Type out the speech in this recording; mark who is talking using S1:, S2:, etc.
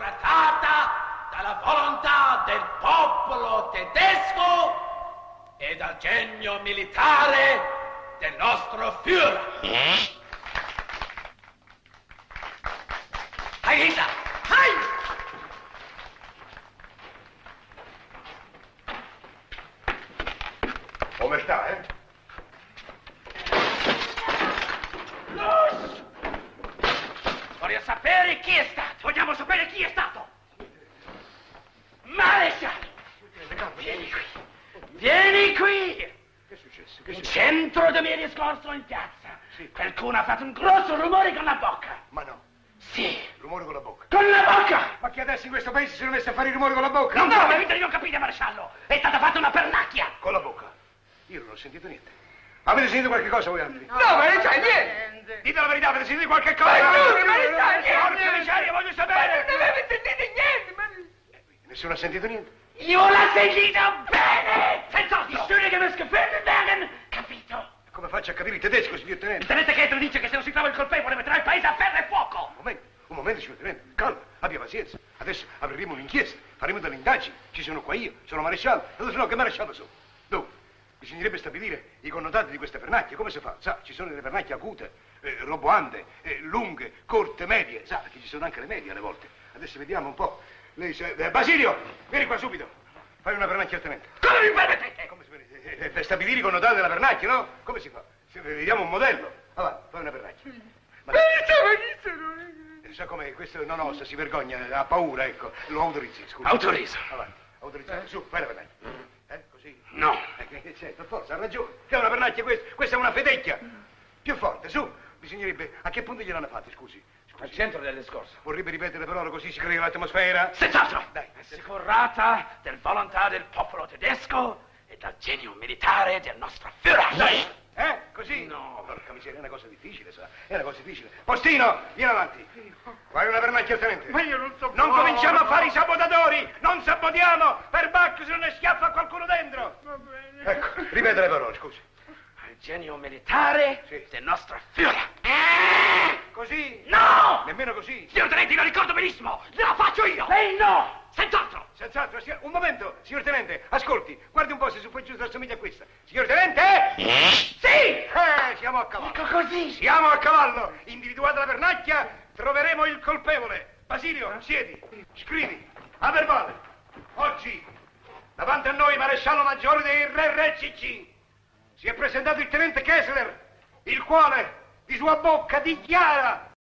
S1: assicurata dalla volontà del popolo tedesco e dal genio militare del nostro Führer. Hai Hitler! Hai!
S2: Come sta, eh?
S1: Los! Voglio sapere chi è stato! Vogliamo sapere chi è stato! Maresciallo! Vieni qui! Vieni qui!
S2: Che è successo? Che è
S1: In
S2: successo?
S1: centro domenica scorso in piazza. Qualcuno ha fatto un grosso rumore con la bocca.
S2: Ma no,
S1: Sì,
S2: rumore con la bocca.
S1: con la bocca!
S2: Ma chi adesso in questo paese si è messo a fare il rumore con la bocca?
S1: Non doveva di non capire, maresciallo! È stata fatta una pernacchia!
S2: Con la bocca? Io non ho sentito niente. Avete sentito qualche cosa voi altri?
S3: No, ma non c'è niente.
S2: Dite la verità, avete sentito qualche cosa?
S3: Ma no,
S2: Avete
S3: ma non
S2: sentito-
S3: c'è niente.
S1: Porca miseria, voglio
S3: Ma non
S1: sapere!
S3: avevo sentito niente, ma...
S2: Nessuno ha sentito niente?
S1: Io l'ho sentita bene! Senza di studio che mi scappano, capito?
S2: Come faccio a capire il tedesco, signor
S1: Il
S2: tenente?
S1: tenente Ketro dice che se non si trova il colpevole metterà il paese a ferro e fuoco!
S2: Un momento, un momento, signor tenente. Calma, abbia pazienza. Adesso apriremo un'inchiesta, faremo delle indagini. Ci sono qua io, sono maresciallo. E dove sono? Che maresciallo sono? Dunque, bisognerebbe stabilire i connotati di queste pernacchie. Come si fa? Sa, ci sono delle pernacchie acute, eh, roboande, eh, lunghe, corte, medie. Sa, che ci sono anche le medie alle volte. Adesso vediamo un po'. Lei sa... eh, Basilio, vieni qua subito. Fai una pernacchia al tenente.
S1: Come mi permettete?
S2: Come si vede? Eh, eh, Per stabilire i connotati della pernacchia, no? Come si fa? Se vediamo un modello. Avanti, fai una pernacchia. Ma... Eh, Sa come questo non osa, si vergogna, ha paura, ecco. Lo autorizzi, scusa.
S1: Autorizzo. Mm.
S2: Avanti, autorizzato. Su, fai la pernacchia. Eh, così.
S1: No.
S2: Eh, che c'è, per forza, ha ragione. Che è una pernacchia questa? Questa è una fedecchia. Più forte, su. Bisognerebbe... A che punto gliel'hanno fatta, scusi? Scusi.
S1: delle scorse.
S2: Vorrebbe ripetere però così si crea l'atmosfera?
S1: Senz'altro!
S2: Dai.
S1: Assicurata del volontà del popolo tedesco e dal genio militare del nostro Führer.
S2: Eh? Così?
S1: No.
S2: Porca miseria, è una cosa difficile, sa. È una cosa difficile. Postino, vieni avanti. Fai una pernacchia al tenente.
S3: Ma io non so...
S2: Non cominciamo a fare i sabotatori! Non sabotiamo! Per Bacco se non ne schiaffa qualcuno dentro!
S3: Va bene.
S2: Ecco, ripete le parole, scusi.
S1: Al genio militare
S2: Sì.
S1: del nostro Führer. Eh!
S2: Così?
S1: No!
S2: Nemmeno così?
S1: Signor Tenente, lo ricordo benissimo! La faccio io! Lei no! Senz'altro!
S2: Senz'altro, signor- un momento, signor tenente, ascolti, guardi un po' se su poi giù assomiglia a questa. Signor tenente!
S1: Sì!
S2: Eh, siamo a cavallo!
S1: Ecco così!
S2: Siamo a cavallo! Individuata la pernacchia, troveremo il colpevole. Basilio, siedi, scrivi, a verbale. Oggi, davanti a noi, maresciallo maggiore dei RRCC, si è presentato il tenente Kessler, il quale, di sua bocca, dichiara